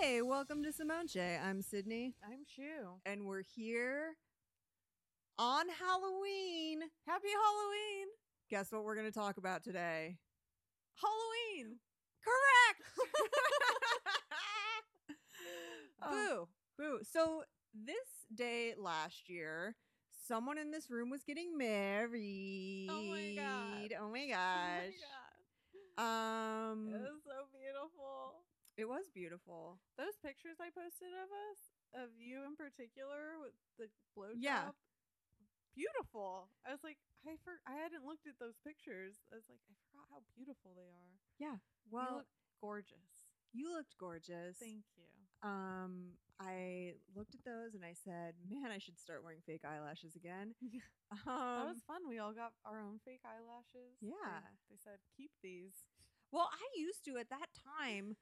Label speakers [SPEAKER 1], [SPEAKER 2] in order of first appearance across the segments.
[SPEAKER 1] Hey, welcome to Simone J. I'm Sydney,
[SPEAKER 2] I'm Shu.
[SPEAKER 1] and we're here on Halloween.
[SPEAKER 2] Happy Halloween!
[SPEAKER 1] Guess what we're going to talk about today?
[SPEAKER 2] Halloween!
[SPEAKER 1] Correct! Oh.
[SPEAKER 2] Boo!
[SPEAKER 1] Boo. So, this day last year, someone in this room was getting married.
[SPEAKER 2] God.
[SPEAKER 1] Oh my
[SPEAKER 2] Oh
[SPEAKER 1] gosh.
[SPEAKER 2] my
[SPEAKER 1] Um,
[SPEAKER 2] God. It was so beautiful.
[SPEAKER 1] it was beautiful.
[SPEAKER 2] Those pictures I posted of us, of you in particular, with the blow
[SPEAKER 1] Yeah.
[SPEAKER 2] job, beautiful. I was like, I for- I hadn't looked at those pictures. I was like, I forgot how beautiful they are.
[SPEAKER 1] Well,
[SPEAKER 2] you look gorgeous.
[SPEAKER 1] you looked gorgeous.
[SPEAKER 2] Thank you.
[SPEAKER 1] um i looked at those and i said man i should start wearing fake eyelashes again um
[SPEAKER 2] that was fun. We all got our own fake eyelashes. They-
[SPEAKER 1] Yeah.
[SPEAKER 2] they said keep these.
[SPEAKER 1] well i used to at that time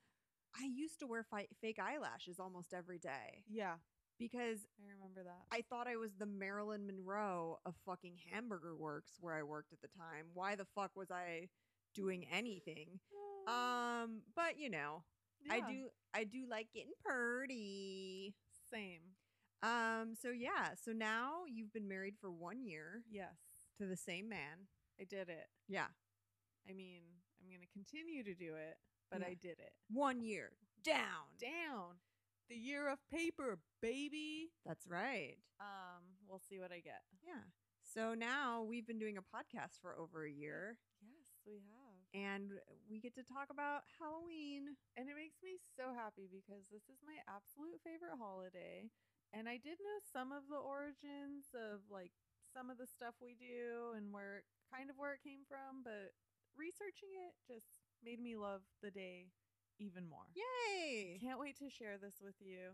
[SPEAKER 1] i used to wear fi- fake eyelashes almost every day
[SPEAKER 2] Yeah,
[SPEAKER 1] because
[SPEAKER 2] I remember that.
[SPEAKER 1] i thought i was the marilyn monroe of fucking hamburger works where i worked at the time why the fuck was i doing anything um but you know i
[SPEAKER 2] Yeah.
[SPEAKER 1] do i do like getting purdy
[SPEAKER 2] Same.
[SPEAKER 1] um so yeah so now you've been married for one year
[SPEAKER 2] Yes,
[SPEAKER 1] to the same man.
[SPEAKER 2] I did it.
[SPEAKER 1] Yeah.
[SPEAKER 2] I mean, I'm going to continue to do it, but
[SPEAKER 1] Yeah.
[SPEAKER 2] I did it.
[SPEAKER 1] One year down.
[SPEAKER 2] Down. The year of paper, baby.
[SPEAKER 1] That's right.
[SPEAKER 2] Um, we'll see what I get.
[SPEAKER 1] Yeah. So now we've been doing a podcast for over a year
[SPEAKER 2] Yes, we have.
[SPEAKER 1] and we get to talk about Halloween.
[SPEAKER 2] And it makes me so happy because this is my absolute favorite holiday. And I did know some of the origins of like some of the stuff we do and where kind of where it came from, but researching it just made me love the day even more.
[SPEAKER 1] Yay.
[SPEAKER 2] Can't wait to share this with you.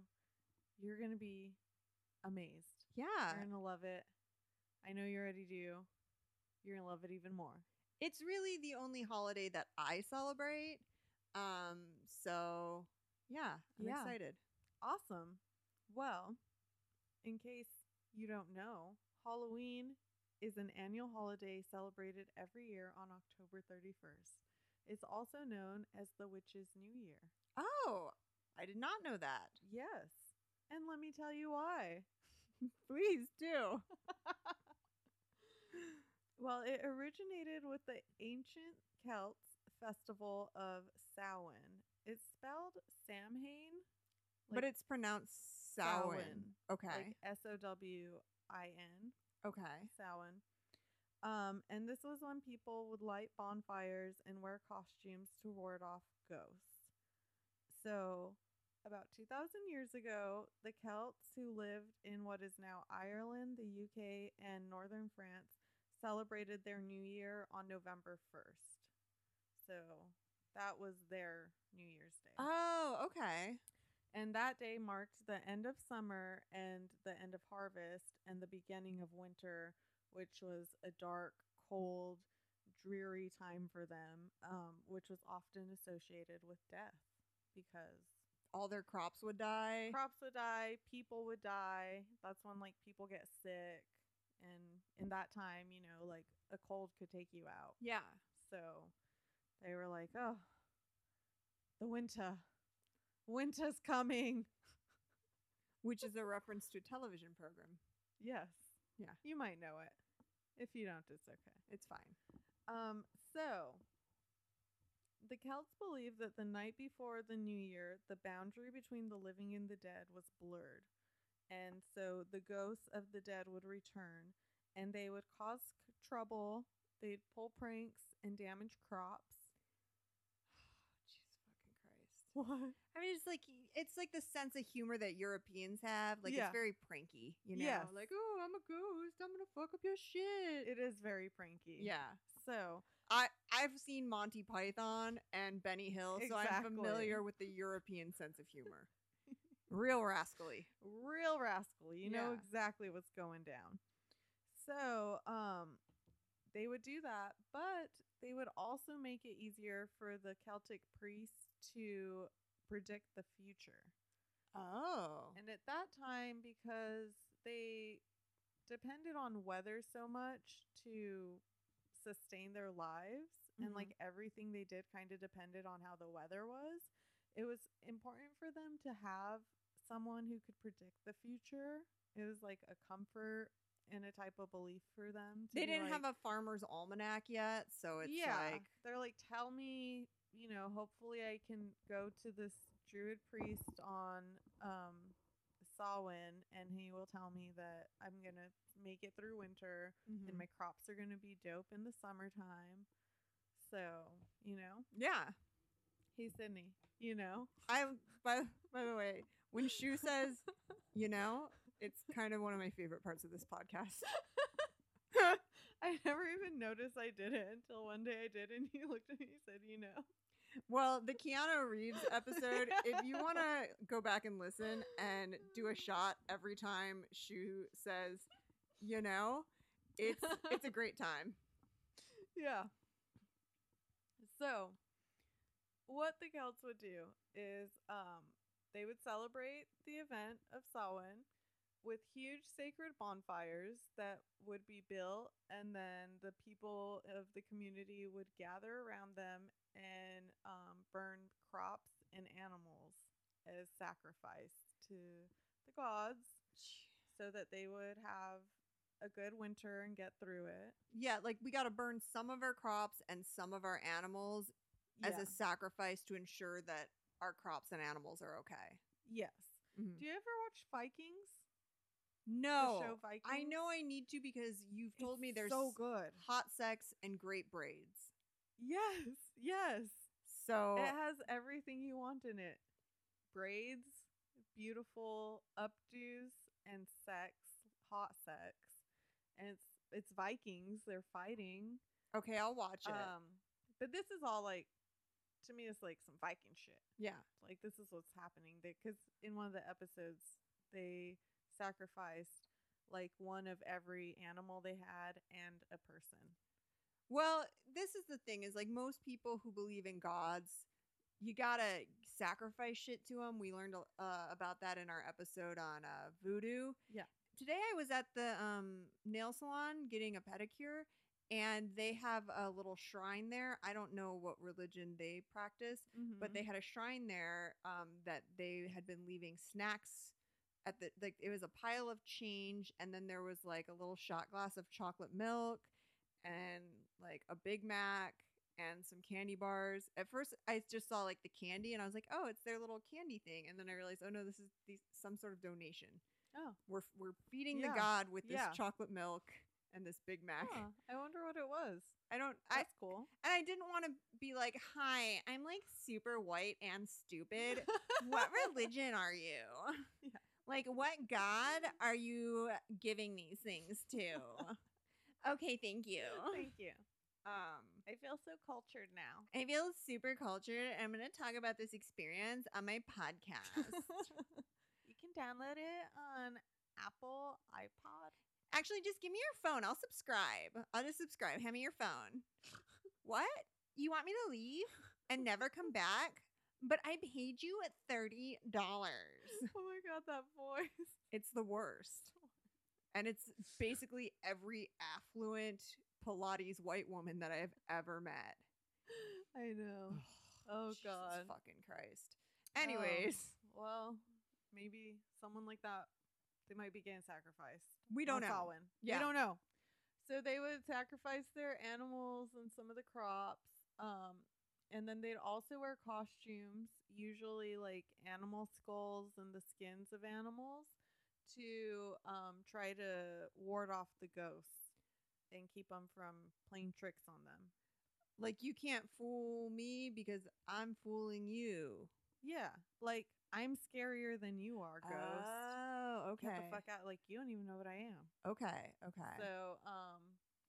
[SPEAKER 2] You're going to be amazed.
[SPEAKER 1] Yeah.
[SPEAKER 2] You're going to love it. I know you already do. You're going to love it even more.
[SPEAKER 1] It's really the only holiday that I celebrate. Um so yeah, I'm
[SPEAKER 2] Yeah.
[SPEAKER 1] excited.
[SPEAKER 2] Awesome. Well, in case you don't know, Halloween is an annual holiday celebrated every year on October 31st. It's also known as the Witch's New Year.
[SPEAKER 1] Oh, I did not know that.
[SPEAKER 2] Yes. And let me tell you why.
[SPEAKER 1] Please do.
[SPEAKER 2] Well, it originated with the ancient Celts festival of Samhain. It's spelled Samhain,
[SPEAKER 1] but
[SPEAKER 2] Like-
[SPEAKER 1] it's pronounced Samhain. Okay.
[SPEAKER 2] like S O W I N,
[SPEAKER 1] okay.
[SPEAKER 2] Samhain. Um, and this was when people would light bonfires and wear costumes to ward off ghosts. So, about 2,000 years ago, the Celts who lived in what is now Ireland, the UK, and northern France celebrated their new year on November 1st. So, that was their New Year's Day.
[SPEAKER 1] Oh, okay.
[SPEAKER 2] And that day marked the end of summer and the end of harvest and the beginning of winter, which was a dark, cold, dreary time for them, um, which was often associated with death because
[SPEAKER 1] all their crops would die.
[SPEAKER 2] crops would die, people would die. That's when like people get sick. And in that time, you know, like a cold could take you out.
[SPEAKER 1] yeah.
[SPEAKER 2] So they were like, oh, the winter. Winter's coming.
[SPEAKER 1] Which is a reference to a television program.
[SPEAKER 2] Yes.
[SPEAKER 1] Yeah.
[SPEAKER 2] You might know it. If you don't, it's okay.
[SPEAKER 1] It's fine.
[SPEAKER 2] Um, so the Celts believed that the night before the new year, the boundary between the living and the dead was blurred. And so the ghosts of the dead would return and they would cause c- trouble, they'd pull pranks and damage crops.
[SPEAKER 1] Jesus fucking Christ.
[SPEAKER 2] What?
[SPEAKER 1] I mean, it's like it's like the sense of humor that Europeans have. Like
[SPEAKER 2] Yeah.
[SPEAKER 1] it's very pranky, you know.
[SPEAKER 2] Yes.
[SPEAKER 1] Like, oh, I'm a ghost. I'm gonna fuck up your shit.
[SPEAKER 2] It is very pranky.
[SPEAKER 1] yeah.
[SPEAKER 2] So,
[SPEAKER 1] I I've seen Monty Python and Benny Hill, so I'm
[SPEAKER 2] Exactly.
[SPEAKER 1] familiar with the European sense of humor. Real rascally.
[SPEAKER 2] real rascal. You know
[SPEAKER 1] Yeah.
[SPEAKER 2] exactly what's going down. So, um, they would do that, but they would also make it easier for the Celtic priests to predict the future.
[SPEAKER 1] Oh.
[SPEAKER 2] And at that time, because they depended on weather so much to sustain their lives, and
[SPEAKER 1] Mhm.
[SPEAKER 2] like everything they did kind of depended on how the weather was, it was important for them to have someone who could predict the future. It was like a comfort and a type of belief for them. To
[SPEAKER 1] They
[SPEAKER 2] be
[SPEAKER 1] didn't have
[SPEAKER 2] like,
[SPEAKER 1] a farmer's almanac yet, so it's like
[SPEAKER 2] they're like, tell me, you know, hopefully I can go to this druid priest on um Samhain and he will tell me that I'm gonna make it through winter and
[SPEAKER 1] mhm.
[SPEAKER 2] my crops are gonna be dope in the summertime. So, you know,
[SPEAKER 1] yeah.
[SPEAKER 2] hey Sydney, you know,
[SPEAKER 1] I by by the way, when Shu says, you know, it's kind of one of my favorite parts of this podcast.
[SPEAKER 2] I never even noticed I did it until one day I did and he looked at me and said, you know.
[SPEAKER 1] Well, the Keanu Reeves episode, if you want to go back and listen and do a shot every time Shu says, you know, it's it's a great time.
[SPEAKER 2] Yeah. So, what the Celts would do is um, they would celebrate the event of Samhain with huge sacred bonfires that would be built, and then the people of the community would gather around them and um, burn crops and animals as sacrifice to the gods so that they would have a good winter and get through it.
[SPEAKER 1] Yeah, like we got to burn some of our crops and some of our animals as
[SPEAKER 2] Yeah.
[SPEAKER 1] a sacrifice to ensure that our crops and animals are okay.
[SPEAKER 2] yes.
[SPEAKER 1] Mhm.
[SPEAKER 2] Do you ever watch Vikings?
[SPEAKER 1] No.
[SPEAKER 2] The show Vikings.
[SPEAKER 1] I know I need to because you've told me
[SPEAKER 2] It's
[SPEAKER 1] there's
[SPEAKER 2] so good.
[SPEAKER 1] hot sex and great braids.
[SPEAKER 2] Yes, yes.
[SPEAKER 1] So
[SPEAKER 2] It has everything you want in it: braids, beautiful updos, and sex, hot sex. And it's it's Vikings. They're fighting.
[SPEAKER 1] okay, I'll watch it.
[SPEAKER 2] Um, but this is all like, to me, it's like some Viking shit.
[SPEAKER 1] yeah.
[SPEAKER 2] Like this is what's happening because in one of the episodes they sacrificed like one of every animal they had and a person.
[SPEAKER 1] Well, this is the thing is like most people who believe in gods, you gotta sacrifice shit to them. We learned uh, about that in our episode on uh, voodoo.
[SPEAKER 2] Yeah.
[SPEAKER 1] Today I was at the um, nail salon getting a pedicure, and they have a little shrine there. I don't know what religion they practice,
[SPEAKER 2] Mm-hmm.
[SPEAKER 1] but they had a shrine there um, that they had been leaving snacks at the like it was a pile of change and then there was like a little shot glass of chocolate milk and like a big mac and some candy bars at first i just saw like the candy and i was like oh it's their little candy thing and then i realized oh no this is these, some sort of donation
[SPEAKER 2] Oh.
[SPEAKER 1] we're, we're feeding
[SPEAKER 2] Yeah.
[SPEAKER 1] the god with this
[SPEAKER 2] Yeah.
[SPEAKER 1] chocolate milk and this big mac
[SPEAKER 2] Huh, I wonder what it was.
[SPEAKER 1] i don't i
[SPEAKER 2] That's cool.
[SPEAKER 1] and i didn't want to be like hi i'm like super white and stupid what religion are you?
[SPEAKER 2] Yeah.
[SPEAKER 1] Like, what God are you giving these things to? okay, thank you.
[SPEAKER 2] Thank you.
[SPEAKER 1] Um,
[SPEAKER 2] I feel so cultured now.
[SPEAKER 1] I feel super cultured. I'm going to talk about this experience on my podcast.
[SPEAKER 2] you can download it on Apple iPod.
[SPEAKER 1] Actually, just give me your phone. I'll subscribe. I'll just subscribe. Hand me your phone. what? You want me to leave and never come back? But I paid you $30.
[SPEAKER 2] Oh my god, that voice.
[SPEAKER 1] It's the worst. And it's basically every affluent Pilates white woman that I've ever met.
[SPEAKER 2] I know. Oh
[SPEAKER 1] Jesus
[SPEAKER 2] god.
[SPEAKER 1] fucking Christ.
[SPEAKER 2] Oh.
[SPEAKER 1] Anyways,
[SPEAKER 2] Well, maybe someone like that they might be getting sacrificed.
[SPEAKER 1] we don't
[SPEAKER 2] on
[SPEAKER 1] know.
[SPEAKER 2] Samhain.
[SPEAKER 1] Yeah.
[SPEAKER 2] We don't know. So they would sacrifice their animals and some of the crops. Um, and then they'd also wear costumes, usually like animal skulls and the skins of animals, to um, try to ward off the ghosts and keep them from playing tricks on them.
[SPEAKER 1] Like you can't fool me because I'm fooling you.
[SPEAKER 2] Yeah. Like, I'm scarier than you are, ghost.
[SPEAKER 1] Oh, okay.
[SPEAKER 2] Get the fuck out. Like, you don't even know what I am.
[SPEAKER 1] Okay, okay.
[SPEAKER 2] So, um,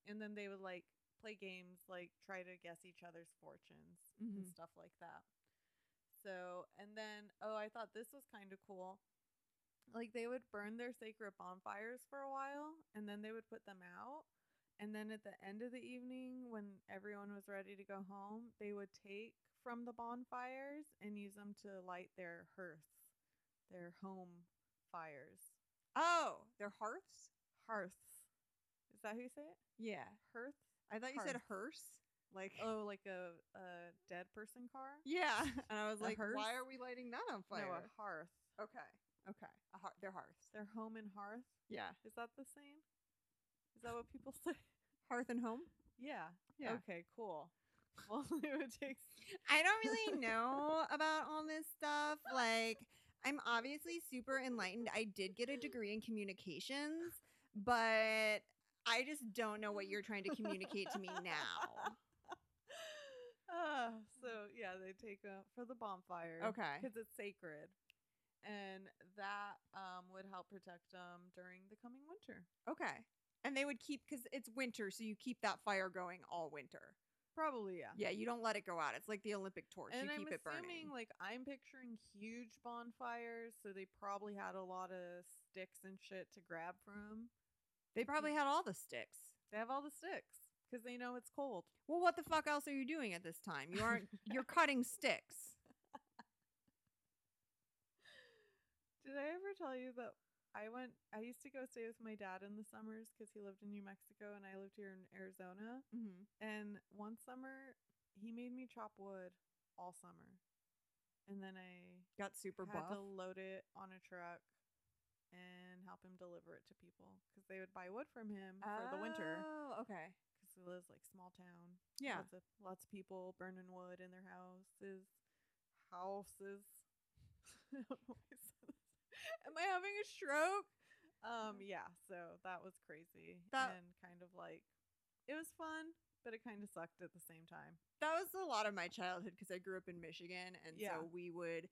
[SPEAKER 2] and then they would like play games, like try to guess each other's fortunes and
[SPEAKER 1] Mhm.
[SPEAKER 2] stuff like that. So, and then, oh, I thought this was kind of cool. Like, they would burn their sacred bonfires for a while and then they would put them out. And then at the end of the evening, when everyone was ready to go home, they would take from the bonfires and use them to light their hearths, their home fires.
[SPEAKER 1] oh, they're hearths?
[SPEAKER 2] Hearths. Is that how you say it?
[SPEAKER 1] Yeah.
[SPEAKER 2] Hearth?
[SPEAKER 1] I thought you said
[SPEAKER 2] Hearth.
[SPEAKER 1] hearse. Like,
[SPEAKER 2] Oh, like a, a dead person car?
[SPEAKER 1] yeah. And I was
[SPEAKER 2] A
[SPEAKER 1] like, why
[SPEAKER 2] hearse?
[SPEAKER 1] are we lighting that on
[SPEAKER 2] No, a
[SPEAKER 1] fire?
[SPEAKER 2] hearth.
[SPEAKER 1] okay. Okay. A heart. Their hearths.
[SPEAKER 2] Their home and hearth.
[SPEAKER 1] Yeah.
[SPEAKER 2] Is that the same? Is that what people say?
[SPEAKER 1] Hearth and home.
[SPEAKER 2] Yeah.
[SPEAKER 1] Yeah.
[SPEAKER 2] Okay, cool. Well, it would take
[SPEAKER 1] I don't really know about all this stuff. Like, I'm obviously super enlightened. I did get a degree in communications, but I just don't know what you're trying to communicate to me now.
[SPEAKER 2] uh, so yeah, they take them for the bonfire.
[SPEAKER 1] Okay.
[SPEAKER 2] because it's sacred, and that um, would help protect them during the coming winter.
[SPEAKER 1] Okay. And they would keep, because it's winter, so you keep that fire going all winter.
[SPEAKER 2] Probably, yeah.
[SPEAKER 1] Yeah, you don't let it go out. It's like the Olympic torch.
[SPEAKER 2] And
[SPEAKER 1] you
[SPEAKER 2] I'm
[SPEAKER 1] keep it burning.
[SPEAKER 2] assuming, like, I'm picturing huge bonfires, so they probably had a lot of sticks and shit to grab from.
[SPEAKER 1] they probably had all the sticks.
[SPEAKER 2] They have all the sticks because they know it's cold.
[SPEAKER 1] Well, what the fuck else are you doing at this time? You aren't. you're cutting sticks.
[SPEAKER 2] Did I ever tell you that I went? I used to go stay with my dad in the summers because he lived in New Mexico and I lived here in Arizona.
[SPEAKER 1] Mm-hmm.
[SPEAKER 2] And one summer, he made me chop wood all summer, and then I
[SPEAKER 1] Got super
[SPEAKER 2] had
[SPEAKER 1] buff.
[SPEAKER 2] to load it on a truck and help him deliver it to people because they would buy wood from him for the winter
[SPEAKER 1] Oh, okay.
[SPEAKER 2] because it was like small town.
[SPEAKER 1] Yeah.
[SPEAKER 2] lots of, lots of people burning wood in their houses, houses. I don't know why I said this. Am I having a stroke? Um, yeah. So that was crazy
[SPEAKER 1] Mm-hmm. That-
[SPEAKER 2] and kind of like it was fun, but it kind of sucked at the same time.
[SPEAKER 1] that was a lot of my childhood because I grew up in Michigan, and
[SPEAKER 2] Yeah.
[SPEAKER 1] so we would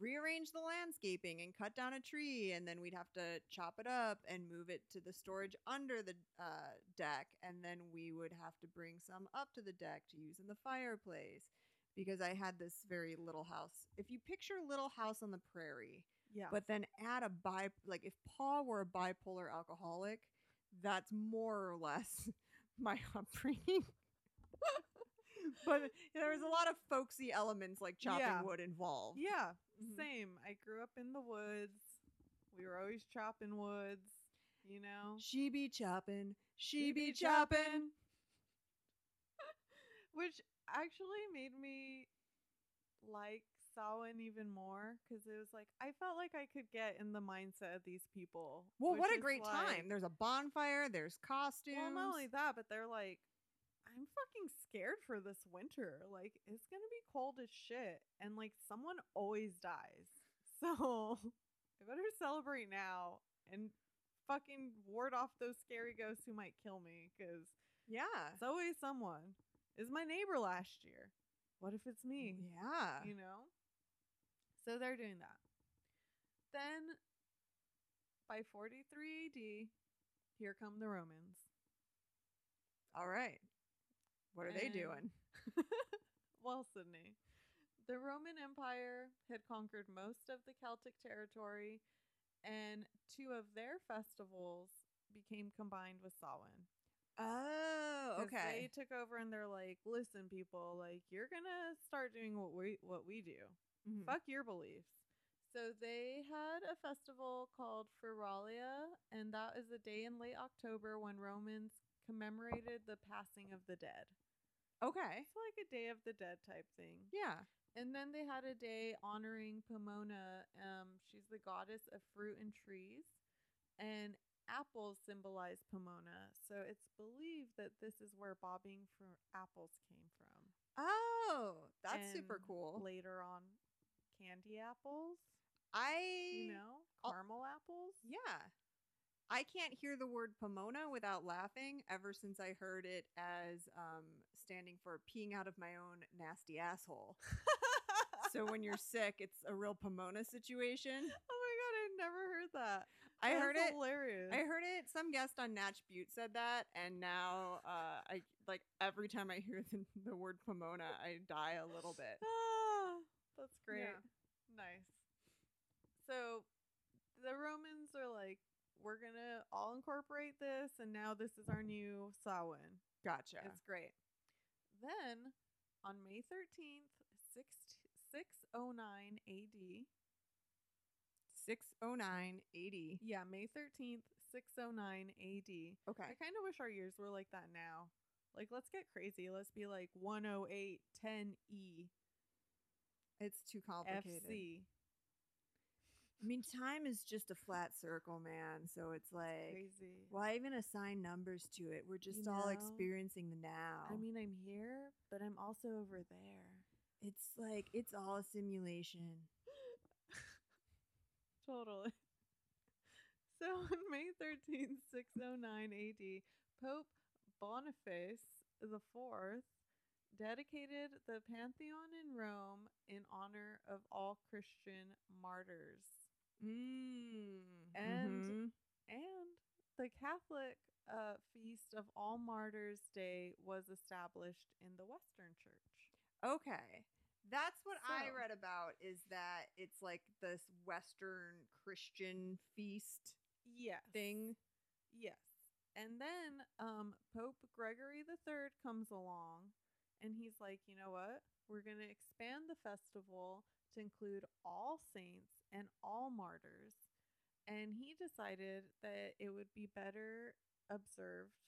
[SPEAKER 1] rearrange the landscaping and cut down a tree, and then we'd have to chop it up and move it to the storage under the uh, deck, and then we would have to bring some up to the deck to use in the fireplace because I had this very little house. If you picture Little House on the Prairie,
[SPEAKER 2] Yeah.
[SPEAKER 1] but then add a bi like if Paul were a bipolar alcoholic, that's more or less my upbringing. but there was a lot of folksy elements like chopping
[SPEAKER 2] Yeah.
[SPEAKER 1] wood involved.
[SPEAKER 2] yeah,
[SPEAKER 1] Mhm.
[SPEAKER 2] same. I grew up in the woods. We were always chopping woods, you know.
[SPEAKER 1] She be chopping, she be chopping.
[SPEAKER 2] which actually made me like Samhain even more because it was like I felt like I could get in the mindset of these people.
[SPEAKER 1] Well,
[SPEAKER 2] which
[SPEAKER 1] what a
[SPEAKER 2] is
[SPEAKER 1] great
[SPEAKER 2] like-
[SPEAKER 1] time. There's a bonfire, there's costumes.
[SPEAKER 2] Well, not only that, but they're like, I'm fucking scared for this winter. Like, it's gonna be cold as shit, and like someone always dies, so I better celebrate now and fucking ward off those scary ghosts who might kill me because
[SPEAKER 1] yeah.
[SPEAKER 2] it's always someone. Is my neighbor last year? What if it's me?
[SPEAKER 1] Yeah.
[SPEAKER 2] You know? So they're doing that. Then by 43 AD, here come the Romans.
[SPEAKER 1] All right. What are they
[SPEAKER 2] And-
[SPEAKER 1] doing?
[SPEAKER 2] well, Sydney. The Roman Empire had conquered most of the Celtic territory, and two of their festivals became combined with Samhain.
[SPEAKER 1] Oh,
[SPEAKER 2] 'Cause They took over and they're like, "Listen, people, like you're gonna start doing what we what we do.
[SPEAKER 1] Mhm.
[SPEAKER 2] Fuck your beliefs." So they had a festival called Feralia, and that is a day in late October when Romans commemorated the passing of the dead.
[SPEAKER 1] Okay.
[SPEAKER 2] It's like a Day of the Dead type thing.
[SPEAKER 1] Yeah.
[SPEAKER 2] And then they had a day honoring Pomona. Um, she's the goddess of fruit and trees, and apples symbolize Pomona. So it's believed that this is where bobbing for apples came from.
[SPEAKER 1] Oh, that's super
[SPEAKER 2] And
[SPEAKER 1] cool.
[SPEAKER 2] Later on, candy apples,
[SPEAKER 1] I
[SPEAKER 2] you know,
[SPEAKER 1] Al-
[SPEAKER 2] caramel apples.
[SPEAKER 1] yeah. I can't hear the word Pomona without laughing ever since I heard it as um, standing for peeing out of my own nasty asshole. so when you're sick, it's a real Pomona situation.
[SPEAKER 2] Oh my god, I've never heard that.
[SPEAKER 1] I
[SPEAKER 2] That's
[SPEAKER 1] heard it.
[SPEAKER 2] Hilarious.
[SPEAKER 1] I heard it. Some guest on Natch Butte said that, and now uh, I like every time I hear the, the word Pomona, I die a little bit.
[SPEAKER 2] Ah, that's great.
[SPEAKER 1] Yeah.
[SPEAKER 2] Nice. So the Romans are like, we're going to all incorporate this, and now this is our new Samhain.
[SPEAKER 1] Gotcha.
[SPEAKER 2] It's great. Then on May 13th, 6, 609 AD,
[SPEAKER 1] Six oh nine eighty.
[SPEAKER 2] yeah, May 13th, 609 AD.
[SPEAKER 1] Okay.
[SPEAKER 2] I kind of wish our years were like that now. Like, let's get crazy. Let's be like 108 10E
[SPEAKER 1] It's too complicated.
[SPEAKER 2] FC.
[SPEAKER 1] I mean, time is just a flat circle, man. So it's like,
[SPEAKER 2] Crazy.
[SPEAKER 1] why even assign numbers to it? We're just all
[SPEAKER 2] know?
[SPEAKER 1] experiencing the now.
[SPEAKER 2] I mean, I'm here, but I'm also over there.
[SPEAKER 1] it's like, it's all a simulation.
[SPEAKER 2] Totally. So on May oh 13th, 609 AD, Pope Boniface the Fourth dedicated the Pantheon in Rome in honor of all Christian martyrs.
[SPEAKER 1] Mm.
[SPEAKER 2] And- And the Catholic uh, feast of All Martyrs Day was established in the Western Church.
[SPEAKER 1] okay. That's what I
[SPEAKER 2] So-
[SPEAKER 1] read about is that it's like this Western Christian feast
[SPEAKER 2] Yes.
[SPEAKER 1] thing.
[SPEAKER 2] Yes. And then um, Pope Gregory III comes along and he's like, you know what? We're going to expand the festival to include all saints and all martyrs. And he decided that it would be better observed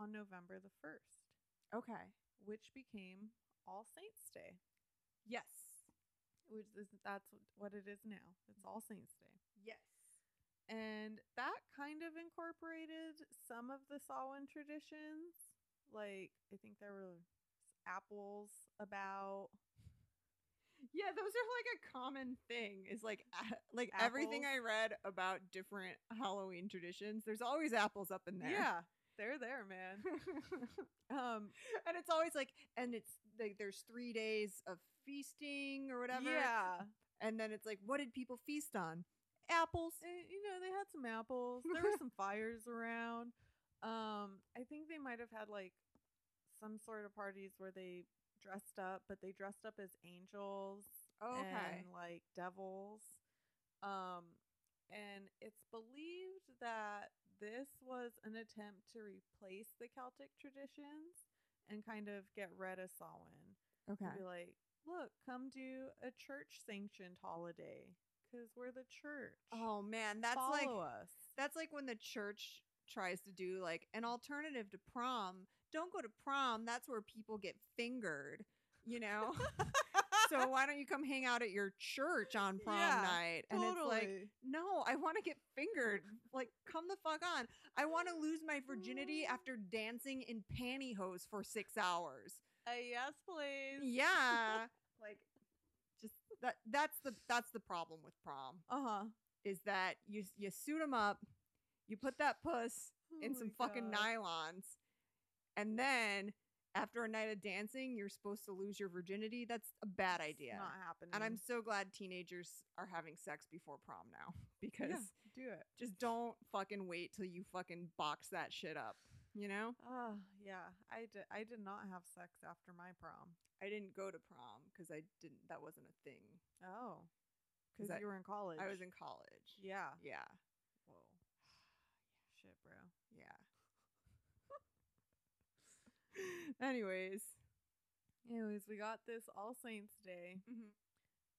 [SPEAKER 2] on November the 1st,
[SPEAKER 1] Okay.
[SPEAKER 2] which became All Saints Day,
[SPEAKER 1] Yes.
[SPEAKER 2] which is that's what it is now. It's All Saints Day.
[SPEAKER 1] Yes.
[SPEAKER 2] and that kind of incorporated some of the Samhain traditions. Like I think there were apples about.
[SPEAKER 1] Yeah, those are like a common thing. Is like a- like everything I
[SPEAKER 2] Apples.
[SPEAKER 1] read about different Halloween traditions. There's always apples up in there.
[SPEAKER 2] Yeah, they're there, man. um,
[SPEAKER 1] and it's always like and it's like there's 3 days of feasting or whatever.
[SPEAKER 2] yeah,
[SPEAKER 1] And then it's like what did people feast on? Apples.
[SPEAKER 2] And, eh, you know they had some apples. There were some fires around. Um, I think they might have had like some sort of parties where they dressed up, but they dressed up as angels. and like devils. Um, and it's believed that this was an attempt to replace the Celtic traditions and kind of get rid of Samhain.
[SPEAKER 1] okay.
[SPEAKER 2] To Be like, look, come do a church sanctioned holiday because we're the church.
[SPEAKER 1] Oh man, that's
[SPEAKER 2] Follow
[SPEAKER 1] like
[SPEAKER 2] us.
[SPEAKER 1] that's like when the church tries to do like an alternative to prom. Don't go to prom. That's where people get fingered, you know? so why don't you come hang out at your church on prom
[SPEAKER 2] Yeah,
[SPEAKER 1] night? And
[SPEAKER 2] totally.
[SPEAKER 1] it's like, no, I want to get fingered. Like, come the fuck on. I want to lose my virginity
[SPEAKER 2] Mm.
[SPEAKER 1] after dancing in pantyhose for six hours.
[SPEAKER 2] a yes, please.
[SPEAKER 1] Yeah, like just that. That's the that's the problem with prom
[SPEAKER 2] Uh huh.
[SPEAKER 1] is that you you suit them up, you put that puss
[SPEAKER 2] Oh
[SPEAKER 1] in some fucking nylons, and then after a night of dancing, you're supposed to lose your virginity. That's a bad idea.
[SPEAKER 2] Not happening.
[SPEAKER 1] And I'm so glad teenagers are having sex before prom now because
[SPEAKER 2] do it.
[SPEAKER 1] just don't fucking wait till you fucking box that shit up. You know,
[SPEAKER 2] Oh, yeah. I did, I did not have sex after my prom.
[SPEAKER 1] I didn't go to prom because I didn't. That wasn't a thing.
[SPEAKER 2] Oh.
[SPEAKER 1] 'Cause
[SPEAKER 2] Because
[SPEAKER 1] I-
[SPEAKER 2] you were in college.
[SPEAKER 1] I was in college.
[SPEAKER 2] Yeah.
[SPEAKER 1] Yeah.
[SPEAKER 2] Whoa. Shit, bro.
[SPEAKER 1] Yeah. Anyways.
[SPEAKER 2] Anyways, we got this All Saints Day.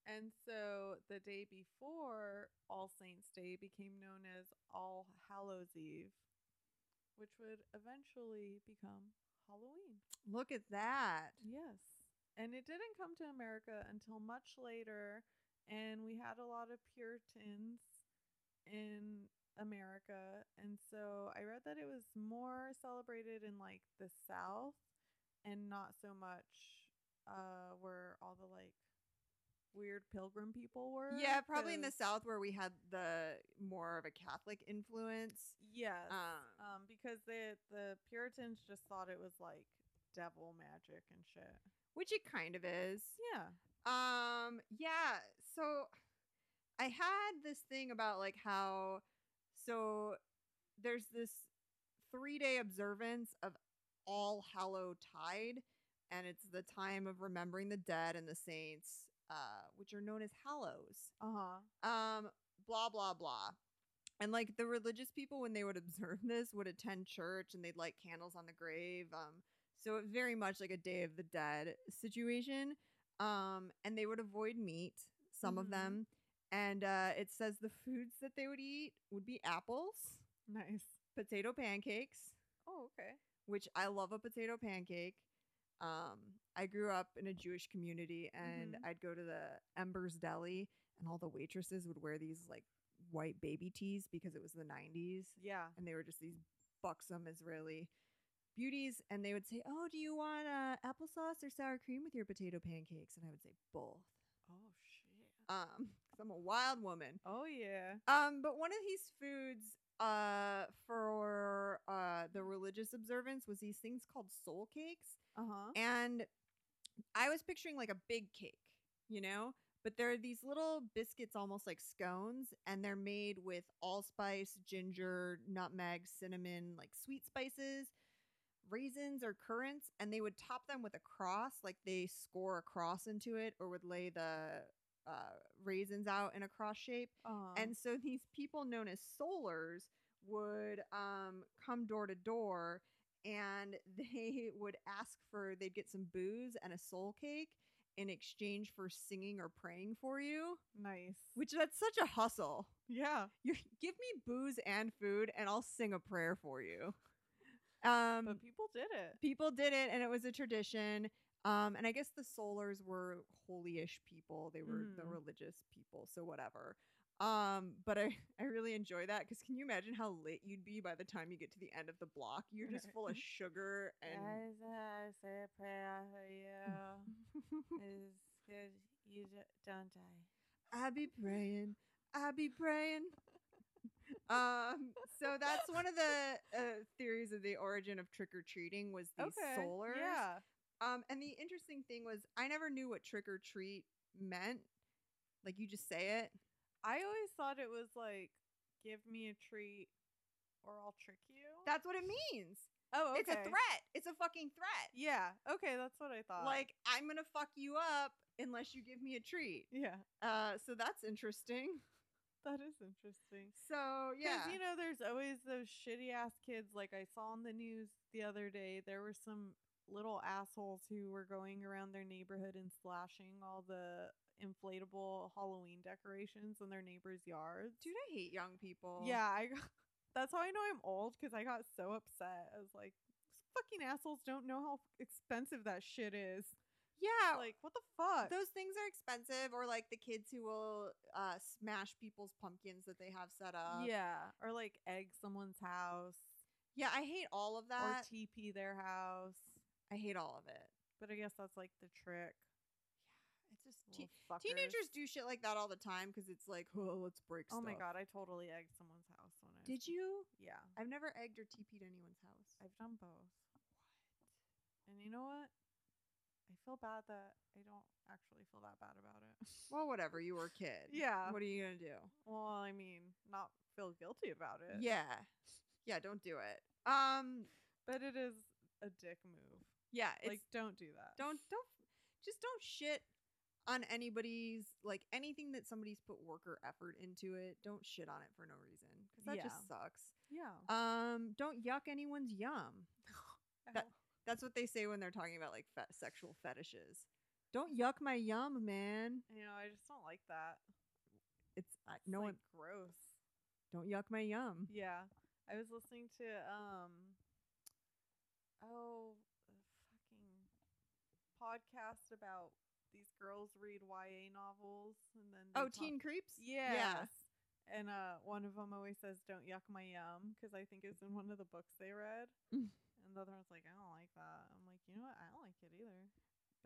[SPEAKER 2] And so the day before All Saints Day became known as All Hallows Eve, which would eventually become Halloween.
[SPEAKER 1] Look at that.
[SPEAKER 2] Yes. And it didn't come to America until much later. And we had a lot of Puritans in America. And so I read that it was more celebrated in like the South and not so much uh, where all the like weird pilgrim people were.
[SPEAKER 1] Yeah, probably in the
[SPEAKER 2] 'cause-
[SPEAKER 1] South where we had the more of a Catholic influence.
[SPEAKER 2] Yes.
[SPEAKER 1] Um,
[SPEAKER 2] um, because the, the Puritans just thought it was like devil magic and shit.
[SPEAKER 1] which it kind of is.
[SPEAKER 2] Yeah.
[SPEAKER 1] Um, yeah. So I had this thing about like how so there's this three day observance of All Hallow Tide, and it's the time of remembering the dead and the saints, uh, which are known as Hallows.
[SPEAKER 2] Uh huh.
[SPEAKER 1] um, blah blah blah. And like the religious people, when they would observe this, would attend church and they'd light candles on the grave. Um, so it very much like a Day of the Dead situation. Um, and they would avoid meat, some of
[SPEAKER 2] Mhm.
[SPEAKER 1] them. And uh, it says the foods that they would eat would be apples,
[SPEAKER 2] Nice.
[SPEAKER 1] potato pancakes,
[SPEAKER 2] Oh, okay.
[SPEAKER 1] which I love a potato pancake. Um, I grew up in a Jewish community, and
[SPEAKER 2] Mhm.
[SPEAKER 1] I'd go to the Embers Deli, and all the waitresses would wear these like white baby tees because it was the 90s,
[SPEAKER 2] Yeah.
[SPEAKER 1] and they were just these buxom Israeli beauties. And they would say, "Oh, do you want uh, applesauce or sour cream with your potato pancakes?" And I would say both,
[SPEAKER 2] Oh shit.
[SPEAKER 1] um, 'cause I'm a wild woman.
[SPEAKER 2] Oh yeah.
[SPEAKER 1] Um, but one of these foods uh for uh the religious observance was these things called soul cakes
[SPEAKER 2] Uh huh.
[SPEAKER 1] and I was picturing like a big cake, you know, but there are these little biscuits almost like scones, and they're made with allspice, ginger, nutmeg, cinnamon, like sweet spices, raisins, or currants, and they would top them with a cross, like they score a cross into it or would lay the uh, raisins out in a cross shape.
[SPEAKER 2] Uh-huh.
[SPEAKER 1] And so these people known as solars would um, come door to door and they would ask for, they'd get some booze and a soul cake in exchange for singing or praying for you,
[SPEAKER 2] nice.
[SPEAKER 1] which that's such a hustle.
[SPEAKER 2] yeah.
[SPEAKER 1] You're, give me booze and food and I'll sing a prayer for you. Um,
[SPEAKER 2] But people did it.
[SPEAKER 1] people did it and it was a tradition um and i guess the solars were holy-ish people they were the
[SPEAKER 2] Mhm.
[SPEAKER 1] religious people so whatever um but i i really enjoy that because can you imagine how lit you'd be by the time you get to the end of the block you're just full of sugar and
[SPEAKER 2] Guys, I say a prayer for you. It's good you d- don't die.
[SPEAKER 1] i be praying i be praying um so that's one of the uh, theories of the origin of trick-or-treating was these solars
[SPEAKER 2] Yeah.
[SPEAKER 1] Um, and the interesting thing was, I never knew what trick or treat meant. Like you just say it.
[SPEAKER 2] I always thought it was like, give me a treat or I'll trick you.
[SPEAKER 1] That's what it means.
[SPEAKER 2] oh, okay.
[SPEAKER 1] It's a threat. It's a fucking threat.
[SPEAKER 2] Yeah. Okay, that's what I thought.
[SPEAKER 1] like I'm gonna fuck you up unless you give me a treat.
[SPEAKER 2] yeah,
[SPEAKER 1] Uh, so that's interesting.
[SPEAKER 2] that is interesting.
[SPEAKER 1] So
[SPEAKER 2] Because
[SPEAKER 1] yeah,
[SPEAKER 2] you know, there's always those shitty ass kids. Like I saw on the news the other day, there were some little assholes who were going around their neighborhood and slashing all the inflatable Halloween decorations in their neighbors' yards.
[SPEAKER 1] dude, I hate young people.
[SPEAKER 2] Yeah, I. Got, that's how I know I'm old because I got so upset. I was like, "These fucking assholes don't know how expensive that shit is.
[SPEAKER 1] yeah. Like
[SPEAKER 2] Like, what the fuck?
[SPEAKER 1] those things are expensive, or like the kids who will uh, smash people's pumpkins that they have set up.
[SPEAKER 2] yeah, or like egg someone's house
[SPEAKER 1] yeah. I hate all of
[SPEAKER 2] or
[SPEAKER 1] that.
[SPEAKER 2] TP their house.
[SPEAKER 1] I hate all of it.
[SPEAKER 2] But I guess that's like the trick.
[SPEAKER 1] It's just
[SPEAKER 2] Little fuckers.
[SPEAKER 1] Teenagers do shit like that all the time because it's like, oh, let's break
[SPEAKER 2] Oh
[SPEAKER 1] stuff.
[SPEAKER 2] my god, I totally egged someone's house when I.
[SPEAKER 1] Did you?
[SPEAKER 2] Yeah,
[SPEAKER 1] I've never egged or TP'd anyone's house.
[SPEAKER 2] I've done both. And you know what? I feel bad that I don't actually feel that bad about it.
[SPEAKER 1] well, whatever. You were a kid.
[SPEAKER 2] Yeah.
[SPEAKER 1] What are you gonna do?
[SPEAKER 2] Well, I mean, not feel guilty about it.
[SPEAKER 1] Yeah. Yeah. Don't do it. Um.
[SPEAKER 2] But it is a dick move.
[SPEAKER 1] Yeah. It's,
[SPEAKER 2] like, don't do that.
[SPEAKER 1] don't don't just don't shit on anybody's like anything that somebody's put work or effort into it. Don't shit on it for no reason because that just sucks.
[SPEAKER 2] Yeah.
[SPEAKER 1] Um. Don't yuck anyone's yum. that- That's what they say when they're talking about like fe- sexual fetishes. Don't yuck my yum, man.
[SPEAKER 2] you know, I just don't like that.
[SPEAKER 1] It's I,
[SPEAKER 2] It's,
[SPEAKER 1] no
[SPEAKER 2] like,
[SPEAKER 1] one.
[SPEAKER 2] gross.
[SPEAKER 1] Don't yuck my yum.
[SPEAKER 2] Yeah. I was listening to um oh a fucking podcast about these girls read YA novels and then they
[SPEAKER 1] Oh,
[SPEAKER 2] talk-
[SPEAKER 1] teen creeps.
[SPEAKER 2] Yes.
[SPEAKER 1] Yeah.
[SPEAKER 2] And uh, one of them always says, "Don't yuck my yum," because I think it's in one of the books they read.
[SPEAKER 1] Mm.
[SPEAKER 2] and the other one's like, "I don't like that." I'm like, you know what? I don't like it either.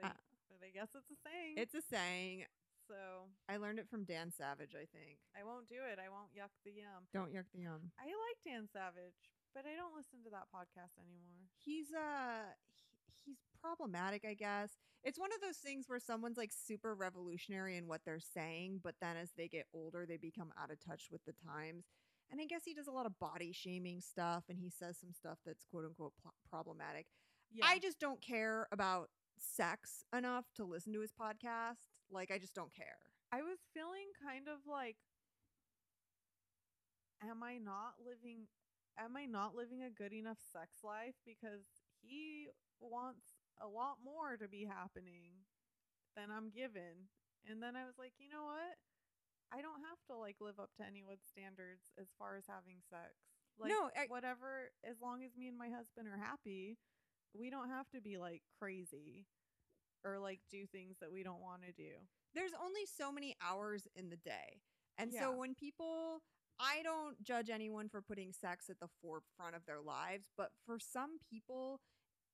[SPEAKER 2] But,
[SPEAKER 1] Uh,
[SPEAKER 2] but I guess it's a saying.
[SPEAKER 1] It's a saying.
[SPEAKER 2] so
[SPEAKER 1] I learned it from Dan Savage, I think.
[SPEAKER 2] I won't do it. I won't yuck the yum.
[SPEAKER 1] Don't yuck the yum.
[SPEAKER 2] I like Dan Savage, but I don't listen to that podcast anymore.
[SPEAKER 1] He's uh he- he's problematic, I guess. It's one of those things where someone's like super revolutionary in what they're saying, but then as they get older, they become out of touch with the times. And I guess he does a lot of body shaming stuff and he says some stuff that's quote unquote pl- problematic.
[SPEAKER 2] Yeah,
[SPEAKER 1] I just don't care about sex enough to listen to his podcast. Like I just don't care.
[SPEAKER 2] I was feeling kind of like, am I not living? Am I not living a good enough sex life? Because he wants a lot more to be happening than I'm given. And then I was like, you know what? I don't have to like live up to anyone's standards as far as having sex. Like
[SPEAKER 3] No, eh, I-
[SPEAKER 2] whatever as long as me and my husband are happy, we don't have to be like crazy or like do things that we don't want to do.
[SPEAKER 3] there's only so many hours in the day. And
[SPEAKER 2] Yeah.
[SPEAKER 3] so when people I don't judge anyone for putting sex at the forefront of their lives, but for some people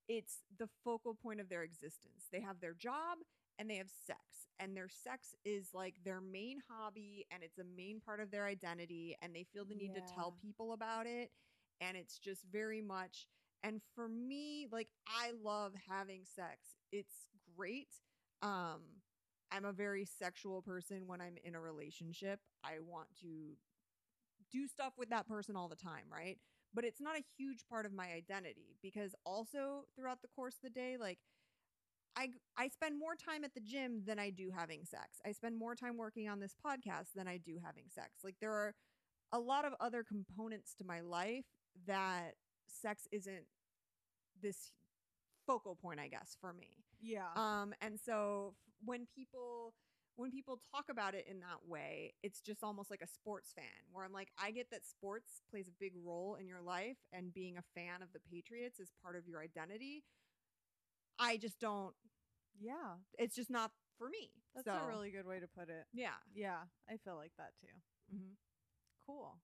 [SPEAKER 3] it's the focal point of their existence. They have their job and they have sex and their sex is like their main hobby and it's a main part of their identity and they feel the need to tell people about it and it's just very much and for me like I love having sex. It's great. Um I'm a very sexual person when I'm in a relationship. I want to do stuff with that person all the time, right? But it's not a huge part of my identity because also throughout the course of the day, like I I spend more time at the gym than I do having sex. I spend more time working on this podcast than I do having sex. Like there are a lot of other components to my life that sex isn't this focal point, I guess, for me
[SPEAKER 2] Yeah.
[SPEAKER 3] um and so f- when people when people talk about it in that way it's just almost like a sports fan where i'm like i get that sports plays a big role in your life and being a fan of the patriots is part of your identity i just don't
[SPEAKER 2] yeah.
[SPEAKER 3] it's just not for me
[SPEAKER 2] That's
[SPEAKER 3] so
[SPEAKER 2] a really good way to put it.
[SPEAKER 3] yeah
[SPEAKER 2] Yeah, I feel like that too. Mm-hmm.
[SPEAKER 3] Mhm.
[SPEAKER 2] Cool.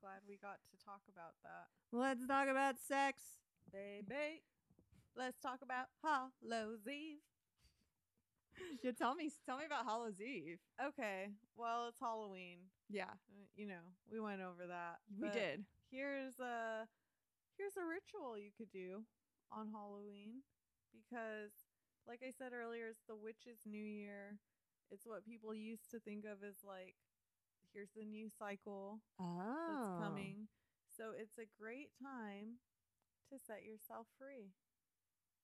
[SPEAKER 2] Glad we got to talk about that.
[SPEAKER 3] let's talk about sex
[SPEAKER 2] Baby, let's talk about Hollow's Eve.
[SPEAKER 3] you tell me tell me about Hallow's Eve
[SPEAKER 2] Okay, well, it's Halloween.
[SPEAKER 3] yeah
[SPEAKER 2] Uh, You know, we went over that.
[SPEAKER 3] we
[SPEAKER 2] but
[SPEAKER 3] did
[SPEAKER 2] Here's a here's a ritual you could do on Halloween because like I said earlier, it's the witch's new year. It's what people used to think of as like here's the new cycle.
[SPEAKER 3] oh
[SPEAKER 2] that's coming. So it's a great time to set yourself free.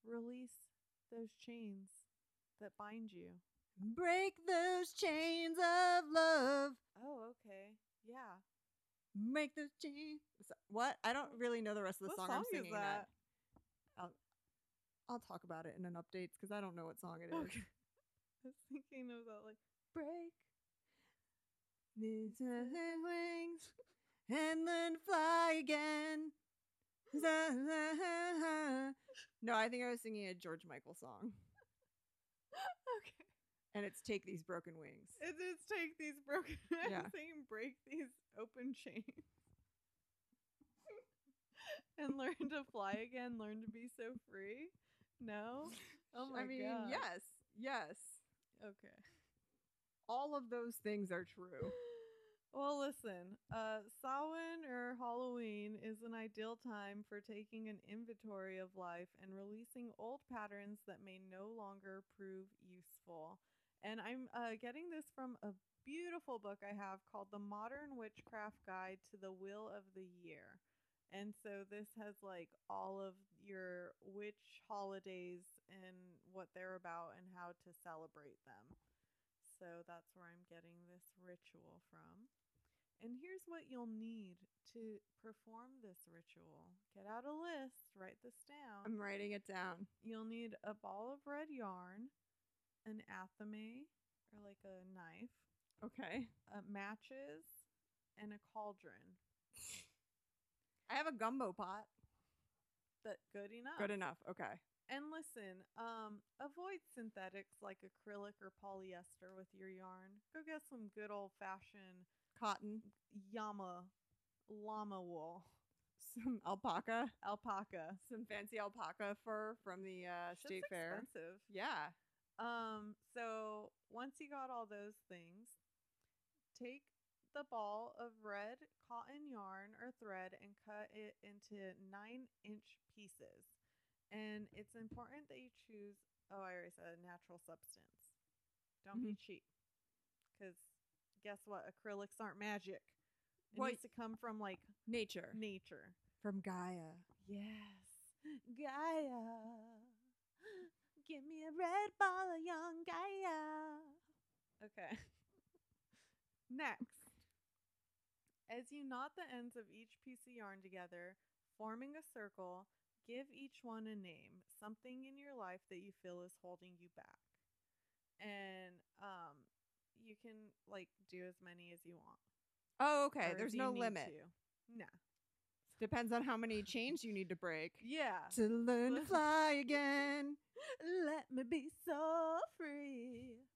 [SPEAKER 2] Release those chains that bind you.
[SPEAKER 3] break those chains of love
[SPEAKER 2] Oh, okay. Yeah.
[SPEAKER 3] Make the change. So- What? I don't really know the rest of the
[SPEAKER 2] What
[SPEAKER 3] song,
[SPEAKER 2] song
[SPEAKER 3] I'm
[SPEAKER 2] is
[SPEAKER 3] singing.
[SPEAKER 2] that?
[SPEAKER 3] That? I'll, I'll talk about it in an update because I don't know what song it is.
[SPEAKER 2] Okay. I was thinking of that like break.
[SPEAKER 3] These are the wings and then fly again. No, I think I was singing a George Michael song,
[SPEAKER 2] okay.
[SPEAKER 3] and it's "Take These Broken Wings."
[SPEAKER 2] It is take these broken I'm
[SPEAKER 3] Yeah.
[SPEAKER 2] saying break these open chains. and learn to fly again, learn to be so free. No? Oh my
[SPEAKER 3] I mean,
[SPEAKER 2] God.
[SPEAKER 3] yes, yes,
[SPEAKER 2] Okay.
[SPEAKER 3] all of those things are true.
[SPEAKER 2] Well, listen, uh, Samhain or Halloween is an ideal time for taking an inventory of life and releasing old patterns that may no longer prove useful. And I'm uh, getting this from a beautiful book I have called The Modern Witchcraft Guide to the Will of the Year. And so this has like all of your witch holidays and what they're about and how to celebrate them. So that's where I'm getting this ritual from. And here's what you'll need to perform this ritual get out a list, write this down.
[SPEAKER 3] I'm writing it down.
[SPEAKER 2] You'll need a ball of red yarn, an athame or like a knife,
[SPEAKER 3] Okay,
[SPEAKER 2] uh, matches, and a cauldron.
[SPEAKER 3] I have a gumbo pot.
[SPEAKER 2] That good enough.
[SPEAKER 3] Good enough. Okay.
[SPEAKER 2] And listen, um, avoid synthetics like acrylic or polyester with your yarn. Go get some good old fashioned
[SPEAKER 3] Cotton,
[SPEAKER 2] llama, llama wool,
[SPEAKER 3] some alpaca,
[SPEAKER 2] alpaca.
[SPEAKER 3] some fancy alpaca fur from the uh,
[SPEAKER 2] Shit's
[SPEAKER 3] state fair.
[SPEAKER 2] expensive.
[SPEAKER 3] Yeah.
[SPEAKER 2] Um, so once you got all those things, take the ball of red cotton yarn or thread and cut it into nine inch pieces. And it's important that you choose, oh, I already said a natural substance. Don't be cheap. Because guess what? Acrylics aren't magic. It
[SPEAKER 3] Well,
[SPEAKER 2] needs to come from like
[SPEAKER 3] Nature.
[SPEAKER 2] nature.
[SPEAKER 3] From Gaia.
[SPEAKER 2] Yes. Gaia. Give me a red ball of young Gaia. Okay. Next. As you knot the ends of each piece of yarn together, forming a circle, give each one a name, something in your life that you feel is holding you back. And um you can like do as many as you want.
[SPEAKER 3] Oh, okay.
[SPEAKER 2] or if
[SPEAKER 3] There's
[SPEAKER 2] you
[SPEAKER 3] no
[SPEAKER 2] need
[SPEAKER 3] limit.
[SPEAKER 2] to. Nah.
[SPEAKER 3] Depends on how many chains you need to break.
[SPEAKER 2] Yeah.
[SPEAKER 3] To learn to fly again.
[SPEAKER 2] Let me be so free.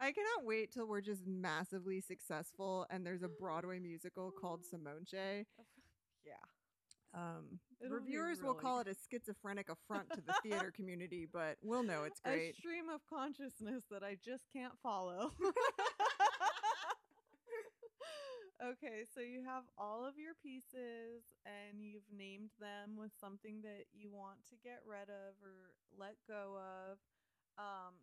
[SPEAKER 3] I cannot wait till we're just massively successful and there's a Broadway musical called Simonche.
[SPEAKER 2] Yeah.
[SPEAKER 3] Um,
[SPEAKER 2] It'll be
[SPEAKER 3] reviewers will
[SPEAKER 2] really
[SPEAKER 3] call it a schizophrenic affront to the theater community, but we'll know it's
[SPEAKER 2] A
[SPEAKER 3] great.
[SPEAKER 2] stream of consciousness that I just can't follow. okay, so you have all of your pieces and you've named them with something that you want to get rid of or let go of. Um,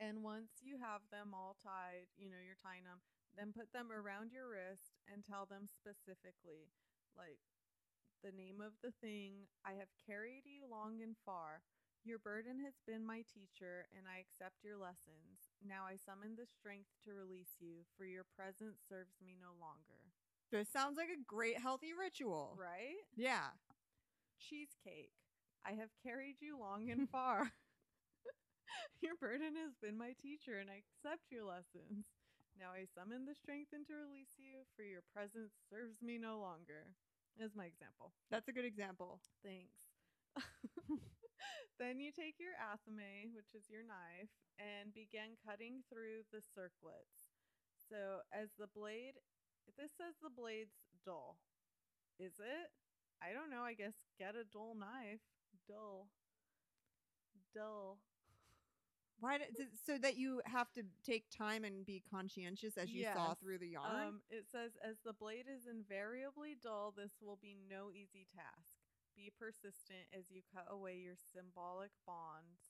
[SPEAKER 2] and once you have them all tied, you know, you're tying them, then put them around your wrist and tell them specifically, like, the name of the thing. I have carried you long and far. Your burden has been my teacher, and I accept your lessons. Now I summon the strength to release you, for your presence serves me no longer.
[SPEAKER 3] This sounds like a great healthy ritual.
[SPEAKER 2] Right?
[SPEAKER 3] Yeah.
[SPEAKER 2] Cheesecake. I have carried you long and far. your burden has been my teacher, and I accept your lessons. Now I summon the strength and to release you, for your presence serves me no longer. Is my example.
[SPEAKER 3] That's a good example.
[SPEAKER 2] Thanks. then you take your athame, which is your knife, and begin cutting through the circlets. So as the blade, this says the blade's dull. Is it? I don't know. I guess get a dull knife. Dull. Dull.
[SPEAKER 3] Why? d- d- so that you have to take time and be conscientious as you saw
[SPEAKER 2] Yes,
[SPEAKER 3] through the
[SPEAKER 2] Um,
[SPEAKER 3] yarn.
[SPEAKER 2] it says, as the blade is invariably dull, this will be no easy task. Be persistent as you cut away your symbolic bonds.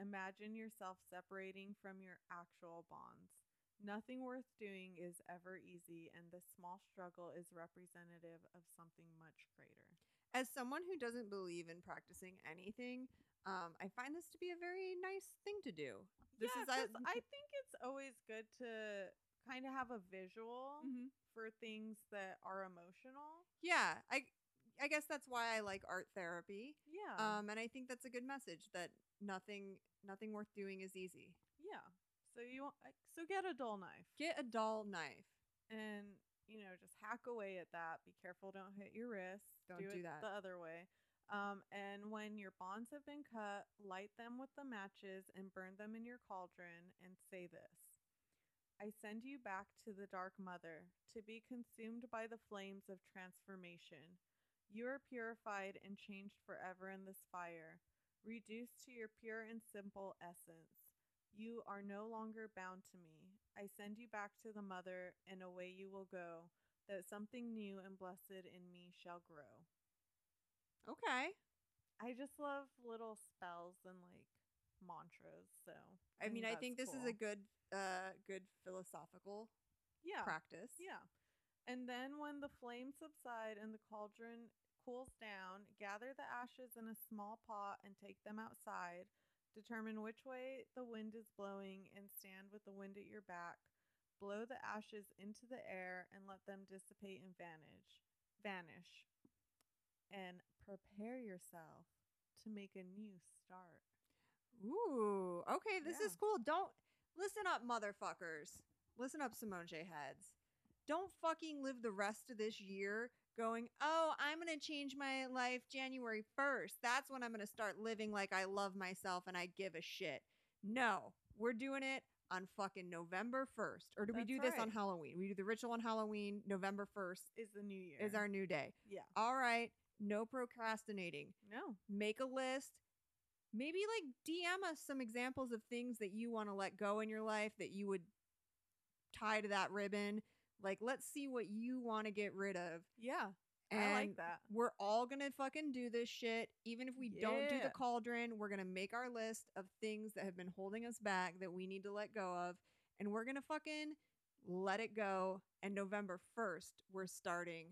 [SPEAKER 2] Imagine yourself separating from your actual bonds. Nothing worth doing is ever easy, and this small struggle is representative of something much greater.
[SPEAKER 3] as someone who doesn't believe in practicing anything, um, I find this to be a very nice thing to do. This
[SPEAKER 2] yeah,
[SPEAKER 3] is I,
[SPEAKER 2] 'cause I think it's always good to kind of have a visual
[SPEAKER 3] Mhm.
[SPEAKER 2] for things that are emotional.
[SPEAKER 3] yeah, I I guess that's why I like art therapy.
[SPEAKER 2] Yeah.
[SPEAKER 3] Um, and I think that's a good message that nothing nothing worth doing is easy.
[SPEAKER 2] Yeah. So you want, like, so get a dull knife
[SPEAKER 3] Get a dull knife.
[SPEAKER 2] and you know just hack away at that. Be careful, don't hit your wrist.
[SPEAKER 3] Don't do
[SPEAKER 2] it
[SPEAKER 3] that.
[SPEAKER 2] the other way. Um, and when your bonds have been cut, light them with the matches and burn them in your cauldron and say this. I send you back to the Dark Mother to be consumed by the flames of transformation. You are purified and changed forever in this fire, reduced to your pure and simple essence. You are no longer bound to me. I send you back to the Mother, and away you will go, that something new and blessed in me shall grow.
[SPEAKER 3] Okay.
[SPEAKER 2] I just love little spells and like mantras. So
[SPEAKER 3] I mean, I
[SPEAKER 2] that's
[SPEAKER 3] think this is a
[SPEAKER 2] cool.
[SPEAKER 3] good uh good philosophical
[SPEAKER 2] yeah.
[SPEAKER 3] practice.
[SPEAKER 2] Yeah. And then when the flames subside and the cauldron cools down, gather the ashes in a small pot and take them outside. Determine which way the wind is blowing and stand with the wind at your back. Blow the ashes into the air and let them dissipate and vanish. Vanish. And prepare yourself to make a new start.
[SPEAKER 3] Ooh. Okay, this
[SPEAKER 2] Yeah.
[SPEAKER 3] is cool. Don't listen up, motherfuckers. Listen up, Simone J. Heads. Don't fucking live the rest of this year going, oh, I'm going to change my life January 1st. That's when I'm going to start living like I love myself and I give a shit. No, we're doing it on fucking November 1st. Or do
[SPEAKER 2] That's
[SPEAKER 3] we do this on
[SPEAKER 2] right.
[SPEAKER 3] Halloween? We do the ritual on Halloween. November 1st
[SPEAKER 2] Is the new year.
[SPEAKER 3] is our new day.
[SPEAKER 2] Yeah.
[SPEAKER 3] All right, no procrastinating
[SPEAKER 2] No.
[SPEAKER 3] make a list maybe like dm us some examples of things that you want to let go in your life that you would tie to that ribbon like let's see what you want to get rid of
[SPEAKER 2] Yeah.
[SPEAKER 3] and
[SPEAKER 2] I like that.
[SPEAKER 3] we're all gonna fucking do this shit even if we don't do
[SPEAKER 2] Yeah.
[SPEAKER 3] the cauldron we're gonna make our list of things that have been holding us back that we need to let go of and we're gonna fucking let it go and november 1st we're starting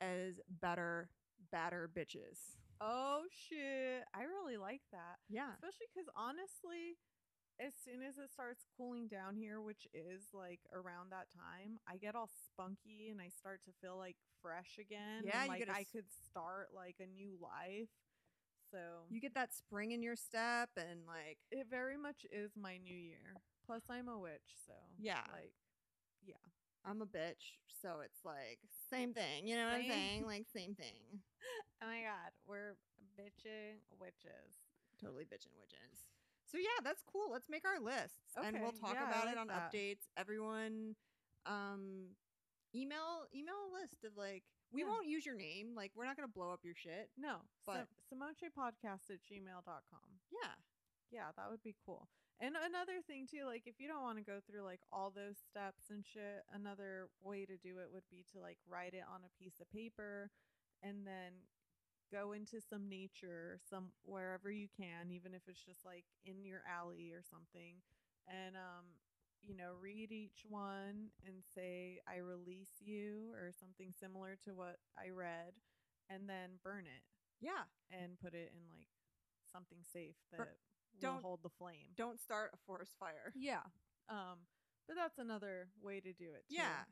[SPEAKER 3] as better batter bitches
[SPEAKER 2] Oh shit. I really like that.
[SPEAKER 3] yeah
[SPEAKER 2] Especially because honestly, as soon as it starts cooling down here, which is like around that time, I get all spunky and I start to feel like fresh again.
[SPEAKER 3] Yeah,
[SPEAKER 2] and,
[SPEAKER 3] you
[SPEAKER 2] like
[SPEAKER 3] get a
[SPEAKER 2] I
[SPEAKER 3] s-
[SPEAKER 2] could start like a new life. So
[SPEAKER 3] you get that spring in your step and like
[SPEAKER 2] it very much is my new year. Plus, I'm a witch, so
[SPEAKER 3] Yeah.
[SPEAKER 2] like
[SPEAKER 3] I'm a bitch, so it's like same thing. You know what I'm
[SPEAKER 2] Same.
[SPEAKER 3] saying? Like same thing.
[SPEAKER 2] Oh my god, we're bitching witches.
[SPEAKER 3] Totally bitchin' witches. So yeah, that's cool. Let's make our lists and we'll
[SPEAKER 2] Okay,
[SPEAKER 3] talk
[SPEAKER 2] yeah, I
[SPEAKER 3] about
[SPEAKER 2] like
[SPEAKER 3] it on
[SPEAKER 2] that.
[SPEAKER 3] updates. Everyone, um, email email a list of like we
[SPEAKER 2] Yeah.
[SPEAKER 3] won't use your name. Like we're not gonna blow up your shit.
[SPEAKER 2] No,
[SPEAKER 3] But-
[SPEAKER 2] Podcast at gmail.com.
[SPEAKER 3] Yeah,
[SPEAKER 2] Yeah, that would be cool. And another thing too, like if you don't want to go through like all those steps and shit, another way to do it would be to like write it on a piece of paper and then go into some nature, some wherever you can, even if it's just like in your alley or something. And um, you know, read each one and say I release you or something similar to what I read and then burn it
[SPEAKER 3] yeah.
[SPEAKER 2] and put it in like something safe that
[SPEAKER 3] Bur-
[SPEAKER 2] will
[SPEAKER 3] don't-
[SPEAKER 2] hold the flame.
[SPEAKER 3] Don't start a forest fire.
[SPEAKER 2] Yeah. Um, but that's another way to do it. Too.
[SPEAKER 3] Yeah.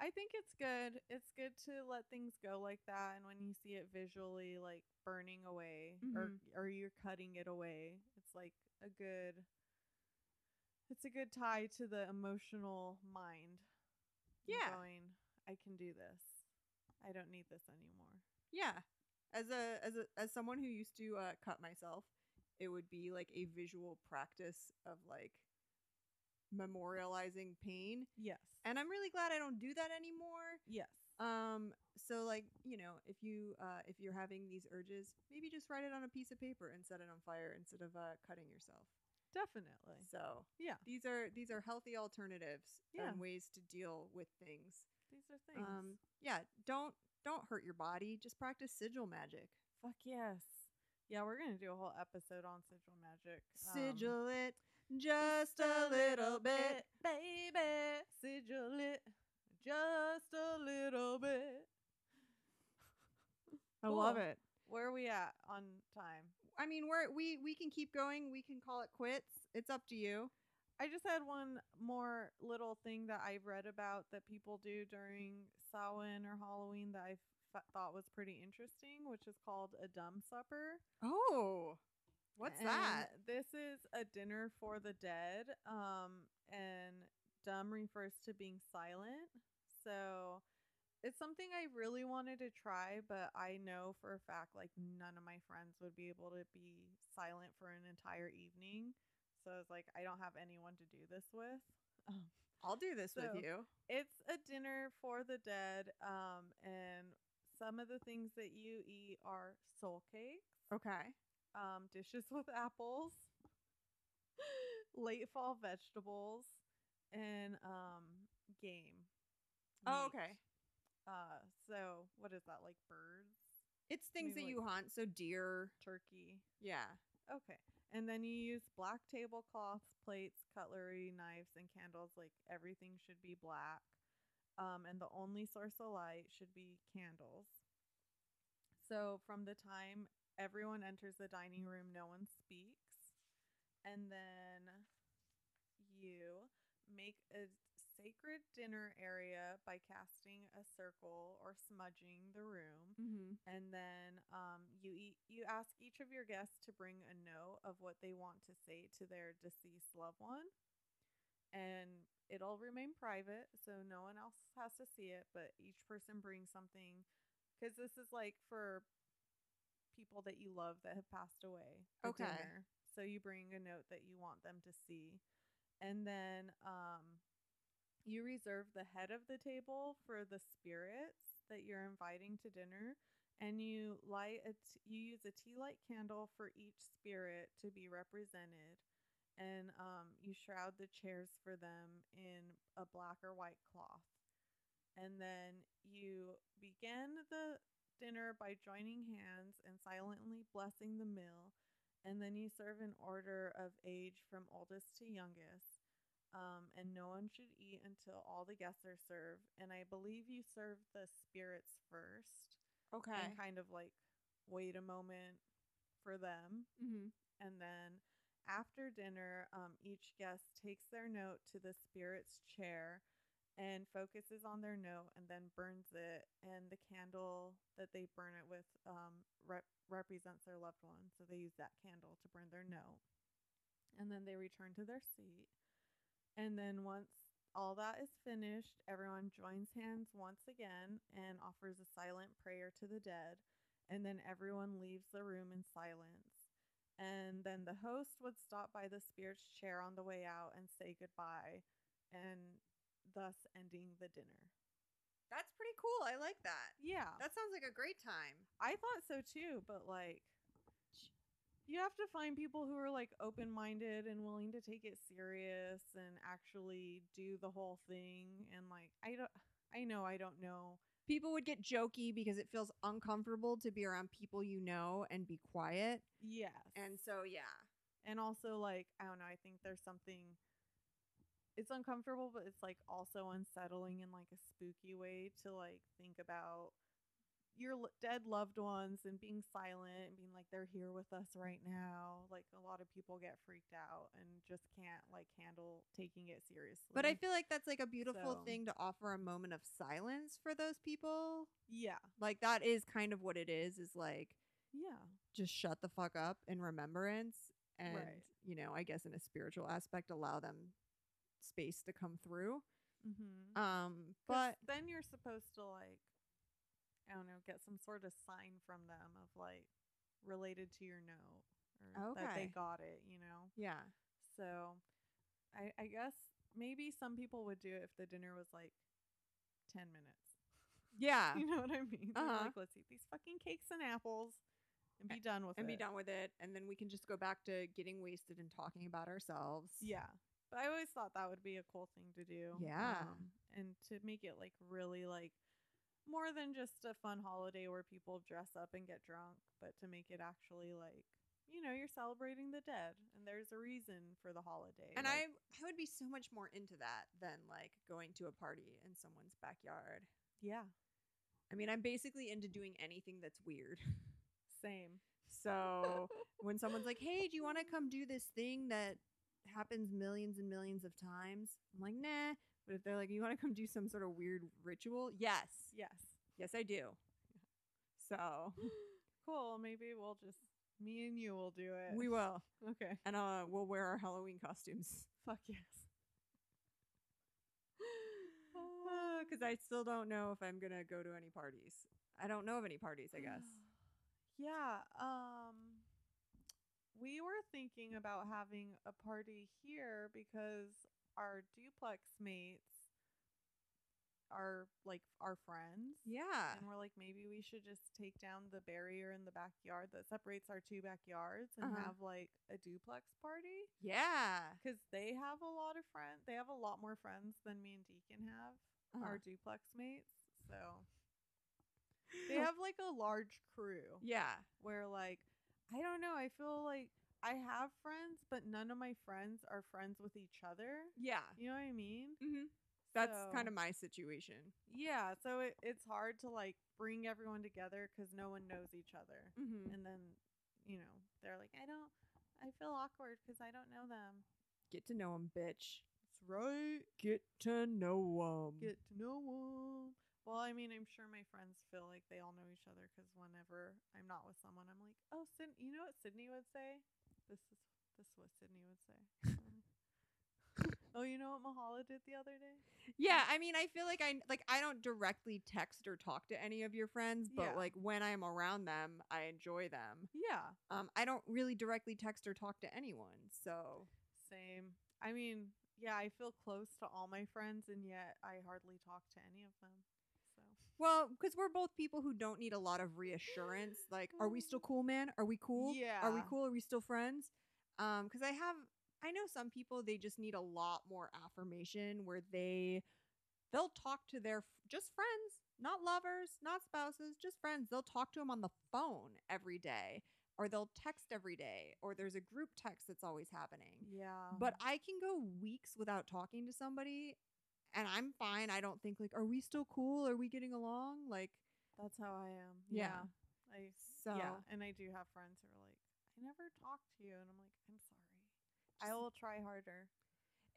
[SPEAKER 2] I think it's good. It's good to let things go like that, and when you see it visually, like burning away, or
[SPEAKER 3] Mhm.
[SPEAKER 2] or you're cutting it away, it's like a good. It's a good tie to the emotional mind. and
[SPEAKER 3] Yeah.
[SPEAKER 2] Going, I can do this. I don't need this anymore.
[SPEAKER 3] Yeah. As a as a as someone who used to uh, cut myself, it would be like a visual practice of like memorializing pain.
[SPEAKER 2] Yes.
[SPEAKER 3] And I'm really glad I don't do that anymore.
[SPEAKER 2] yes.
[SPEAKER 3] Um so like, you know, if you uh if you're having these urges, maybe just write it on a piece of paper and set it on fire instead of uh cutting yourself.
[SPEAKER 2] Definitely.
[SPEAKER 3] So,
[SPEAKER 2] Yeah.
[SPEAKER 3] these are these are healthy alternatives
[SPEAKER 2] Yeah.
[SPEAKER 3] and ways to deal with things.
[SPEAKER 2] These are things.
[SPEAKER 3] Um yeah, don't don't hurt your body, just practice sigil magic.
[SPEAKER 2] Fuck yes. Yeah, we're gonna do a whole episode on sigil magic. Um,
[SPEAKER 3] Sigil it just a little bit.
[SPEAKER 2] baby. Sigil it just a little bit.
[SPEAKER 3] I
[SPEAKER 2] love
[SPEAKER 3] it.
[SPEAKER 2] Where are we at on time?
[SPEAKER 3] I mean, we're we we can keep going. We can call it quits. It's up to you.
[SPEAKER 2] I just had one more little thing that I've read about that people do during Samhain or Halloween that I f- thought was pretty interesting, which is called a dumb supper.
[SPEAKER 3] Oh, what's
[SPEAKER 2] And
[SPEAKER 3] that?
[SPEAKER 2] This is a dinner for the dead. Um, and dumb refers to being silent. So it's something I really wanted to try, but I know for a fact like none of my friends would be able to be silent for an entire evening. So I was like, I don't have anyone to do this with. Um,
[SPEAKER 3] I'll do this
[SPEAKER 2] So-
[SPEAKER 3] with you.
[SPEAKER 2] it's a dinner for the dead. Um, and some of the things that you eat are soul cakes
[SPEAKER 3] Okay.
[SPEAKER 2] um, dishes with apples, late fall vegetables, and um, game. meat.
[SPEAKER 3] Oh, okay.
[SPEAKER 2] Uh, so what is that like? Birds,
[SPEAKER 3] It's things
[SPEAKER 2] Maybe
[SPEAKER 3] that
[SPEAKER 2] like-
[SPEAKER 3] you hunt. So deer.
[SPEAKER 2] turkey.
[SPEAKER 3] Yeah.
[SPEAKER 2] Okay, and then you use black tablecloths, plates, cutlery, knives, and candles. Like everything should be black, um, and the only source of light should be candles. So from the time everyone enters the dining room, no one speaks. And then you make a sacred dinner area by casting a circle or smudging the room.
[SPEAKER 3] Mm-hmm.
[SPEAKER 2] And then um, you eat, you ask each of your guests to bring a note of what they want to say to their deceased loved one. And it'll remain private, so no one else has to see it, but each person brings something because this is like for people that you love that have passed away. the
[SPEAKER 3] Okay.
[SPEAKER 2] dinner. So you bring a note that you want them to see. And then um, you reserve the head of the table for the spirits that you're inviting to dinner, and you light a t- you use a tea light candle for each spirit to be represented, and um, you shroud the chairs for them in a black or white cloth, and then you begin the dinner by joining hands and silently blessing the meal, and then you serve in order of age from oldest to youngest um, and no one should eat until all the guests are served. And I believe you serve the spirits first
[SPEAKER 3] Okay.
[SPEAKER 2] and kind of like wait a moment for them.
[SPEAKER 3] Mm-hmm.
[SPEAKER 2] And then after dinner, um, each guest takes their note to the spirit's chair and focuses on their note and then burns it. And the candle that they burn it with um, rep- represents their loved one. So they use that candle to burn their note. And then they return to their seat. And then once all that is finished, everyone joins hands once again and offers a silent prayer to the dead, and then everyone leaves the room in silence. And then the host would stop by the spirit's chair on the way out and say goodbye, and thus ending the dinner.
[SPEAKER 3] That's pretty cool. I like that.
[SPEAKER 2] Yeah.
[SPEAKER 3] That sounds like a great time.
[SPEAKER 2] I thought so too, but like you have to find people who are like open minded and willing to take it serious and actually do the whole thing and like I don't I know I don't know.
[SPEAKER 3] People would get jokey because it feels uncomfortable to be around people you know and be quiet.
[SPEAKER 2] Yes.
[SPEAKER 3] And so, yeah.
[SPEAKER 2] and also like I don't know, I think there's something it's uncomfortable but it's like also unsettling in like a spooky way to like think about your l- dead loved ones and being silent and being like they're here with us right now like a lot of people get freaked out and just can't like handle taking it seriously
[SPEAKER 3] But I feel like that's like a beautiful
[SPEAKER 2] Mm-hmm. So-
[SPEAKER 3] thing to offer a moment of silence for those people.
[SPEAKER 2] yeah
[SPEAKER 3] Like, that is kind of what it is, is like
[SPEAKER 2] yeah
[SPEAKER 3] just shut the fuck up in remembrance. And,
[SPEAKER 2] Right.
[SPEAKER 3] you know, I guess in a spiritual aspect, allow them space to come through.
[SPEAKER 2] mm-hmm.
[SPEAKER 3] Um,
[SPEAKER 2] but
[SPEAKER 3] but
[SPEAKER 2] then you're supposed to like i don't know get some sort of sign from them of like related to your note or that they
[SPEAKER 3] Okay.
[SPEAKER 2] got it you know
[SPEAKER 3] yeah,
[SPEAKER 2] So I, I guess maybe some people would do it if the dinner was like 10 minutes.
[SPEAKER 3] yeah,
[SPEAKER 2] You know what I mean? They're
[SPEAKER 3] Uh-huh.
[SPEAKER 2] Like, let's eat these fucking cakes and apples and be
[SPEAKER 3] A-
[SPEAKER 2] done with
[SPEAKER 3] and
[SPEAKER 2] it.
[SPEAKER 3] be done with it, and then we can just go back to getting wasted and talking about ourselves.
[SPEAKER 2] Yeah. But I always thought that would be a cool thing to do.
[SPEAKER 3] Yeah.
[SPEAKER 2] um, and to make it like really like more than just a fun holiday where people dress up and get drunk, but to make it actually like, you know, you're celebrating the dead and there's a reason for the holiday.
[SPEAKER 3] and
[SPEAKER 2] like,
[SPEAKER 3] I I would be so much more into that than like going to a party in someone's backyard.
[SPEAKER 2] yeah,
[SPEAKER 3] I mean, I'm basically into doing anything that's weird.
[SPEAKER 2] same.
[SPEAKER 3] So when someone's like, "Hey, do you want to come do this thing that happens millions and millions of times?" I'm like, "Nah." But if they're like, "You want to come do some sort of weird ritual?" Yes,
[SPEAKER 2] Yes.
[SPEAKER 3] yes, I do. So
[SPEAKER 2] cool. Maybe we'll just me and you will do it.
[SPEAKER 3] we will.
[SPEAKER 2] Okay.
[SPEAKER 3] and uh, we'll wear our Halloween costumes.
[SPEAKER 2] Fuck yes.
[SPEAKER 3] Because Oh, I still don't know if I'm gonna go to any parties. I don't know of any parties. I guess.
[SPEAKER 2] Yeah. Um, we were thinking about having a party here because our duplex mates are like our friends.
[SPEAKER 3] Yeah.
[SPEAKER 2] And we're like, maybe we should just take down the barrier in the backyard that separates our two backyards and
[SPEAKER 3] Uh-huh.
[SPEAKER 2] have like a duplex party.
[SPEAKER 3] Yeah.
[SPEAKER 2] because they have a lot of friends. They have a lot more friends than me and Deacon have,
[SPEAKER 3] Uh-huh.
[SPEAKER 2] our duplex mates. So they have like a large crew
[SPEAKER 3] Yeah.
[SPEAKER 2] where, like, I don't know. I feel like I have friends, but none of my friends are friends with each other.
[SPEAKER 3] Yeah.
[SPEAKER 2] You know what I mean?
[SPEAKER 3] hmm Ah. That's
[SPEAKER 2] So-
[SPEAKER 3] kind of my situation.
[SPEAKER 2] yeah. So it, it's hard to like bring everyone together because no one knows each other.
[SPEAKER 3] Mm-hmm.
[SPEAKER 2] And then, you know, they're like, I don't. I feel awkward because I don't know them.
[SPEAKER 3] Get to know 'em, bitch.
[SPEAKER 2] That's right.
[SPEAKER 3] Get to know 'em.
[SPEAKER 2] get to know 'em. Well, I mean, I'm sure my friends feel like they all know each other because whenever I'm not with someone, I'm like, oh, Syd- you know what Sydney would say? This is this is what Sydney would say. Um, oh, you know what Mahala did the other day?
[SPEAKER 3] Yeah, I mean, I feel like I like I don't directly text or talk to any of your friends, but
[SPEAKER 2] Yeah.
[SPEAKER 3] like when I'm around them, I enjoy them.
[SPEAKER 2] Yeah,
[SPEAKER 3] Um, I don't really directly text or talk to anyone, so
[SPEAKER 2] same. I mean, yeah, I feel close to all my friends, and yet I hardly talk to any of them. So
[SPEAKER 3] Well, because we're both people who don't need a lot of reassurance. Like, are we still cool, man? Are we cool? Are we
[SPEAKER 2] Yeah.
[SPEAKER 3] cool? Are we still friends? Um, because I have, I know some people they just need a lot more affirmation where they, they'll talk to their f- just friends, not lovers, not spouses, just friends. They'll talk to them on the phone every day, or they'll text every day, or there's a group text that's always happening.
[SPEAKER 2] yeah,
[SPEAKER 3] But I can go weeks without talking to somebody and I'm fine. I don't think like, are we still cool? Are we getting along? Like,
[SPEAKER 2] that's how I am.
[SPEAKER 3] Yeah.
[SPEAKER 2] yeah. I
[SPEAKER 3] so
[SPEAKER 2] yeah, and I do have friends who are like, I never talk to you, and I'm like, I'm sorry. I will try harder.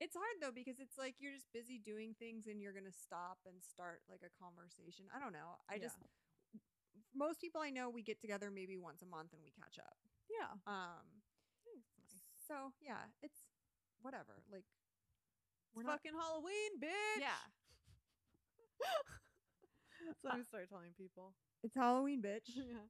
[SPEAKER 3] it's hard though because it's like you're just busy doing things and you're gonna stop and start like a conversation. I don't know. I just most people I know we get together maybe once a month and we catch up.
[SPEAKER 2] yeah,
[SPEAKER 3] Um,
[SPEAKER 2] yeah.
[SPEAKER 3] so yeah, it's whatever. Like
[SPEAKER 2] We're
[SPEAKER 4] it's
[SPEAKER 2] not-
[SPEAKER 4] fucking Halloween, bitch.
[SPEAKER 3] Yeah.
[SPEAKER 2] That's what I start telling people.
[SPEAKER 3] It's Halloween, bitch.
[SPEAKER 2] yeah.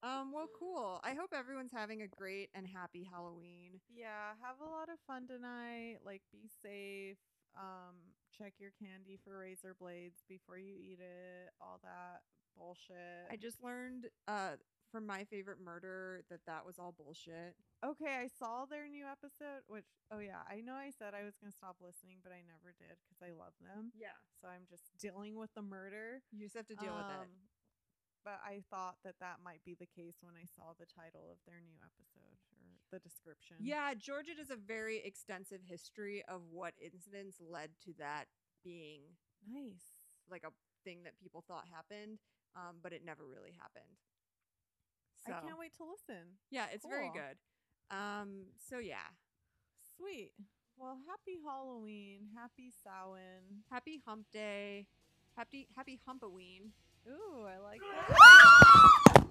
[SPEAKER 3] Um, well, cool. I hope everyone's having a great and happy Halloween.
[SPEAKER 2] Yeah. Have a lot of fun tonight. Like, be safe. Um, check your candy for razor blades before you eat it. All that bullshit.
[SPEAKER 3] I just learned uh from my favorite murder that that was all bullshit.
[SPEAKER 2] okay. I saw their new episode, which oh yeah, I know I said I was gonna stop listening, but I never did because I love them.
[SPEAKER 3] Yeah.
[SPEAKER 2] So I'm just dealing with the murder.
[SPEAKER 3] You just have to deal with it.
[SPEAKER 2] Um, But I thought that that might be the case when I saw the title of their new episode or the description.
[SPEAKER 3] Yeah, Georgia does a very extensive history of what incidents led to that being
[SPEAKER 2] Nice.
[SPEAKER 3] like a thing that people thought happened, um, but it never really happened. So
[SPEAKER 2] I can't wait to listen.
[SPEAKER 3] yeah, it's very
[SPEAKER 2] Cool.
[SPEAKER 3] good. Um, so yeah,
[SPEAKER 2] Sweet. Well, happy Halloween. Happy Samhain.
[SPEAKER 3] happy Hump Day, happy Happy Humpaween.
[SPEAKER 2] Ooh, I like that.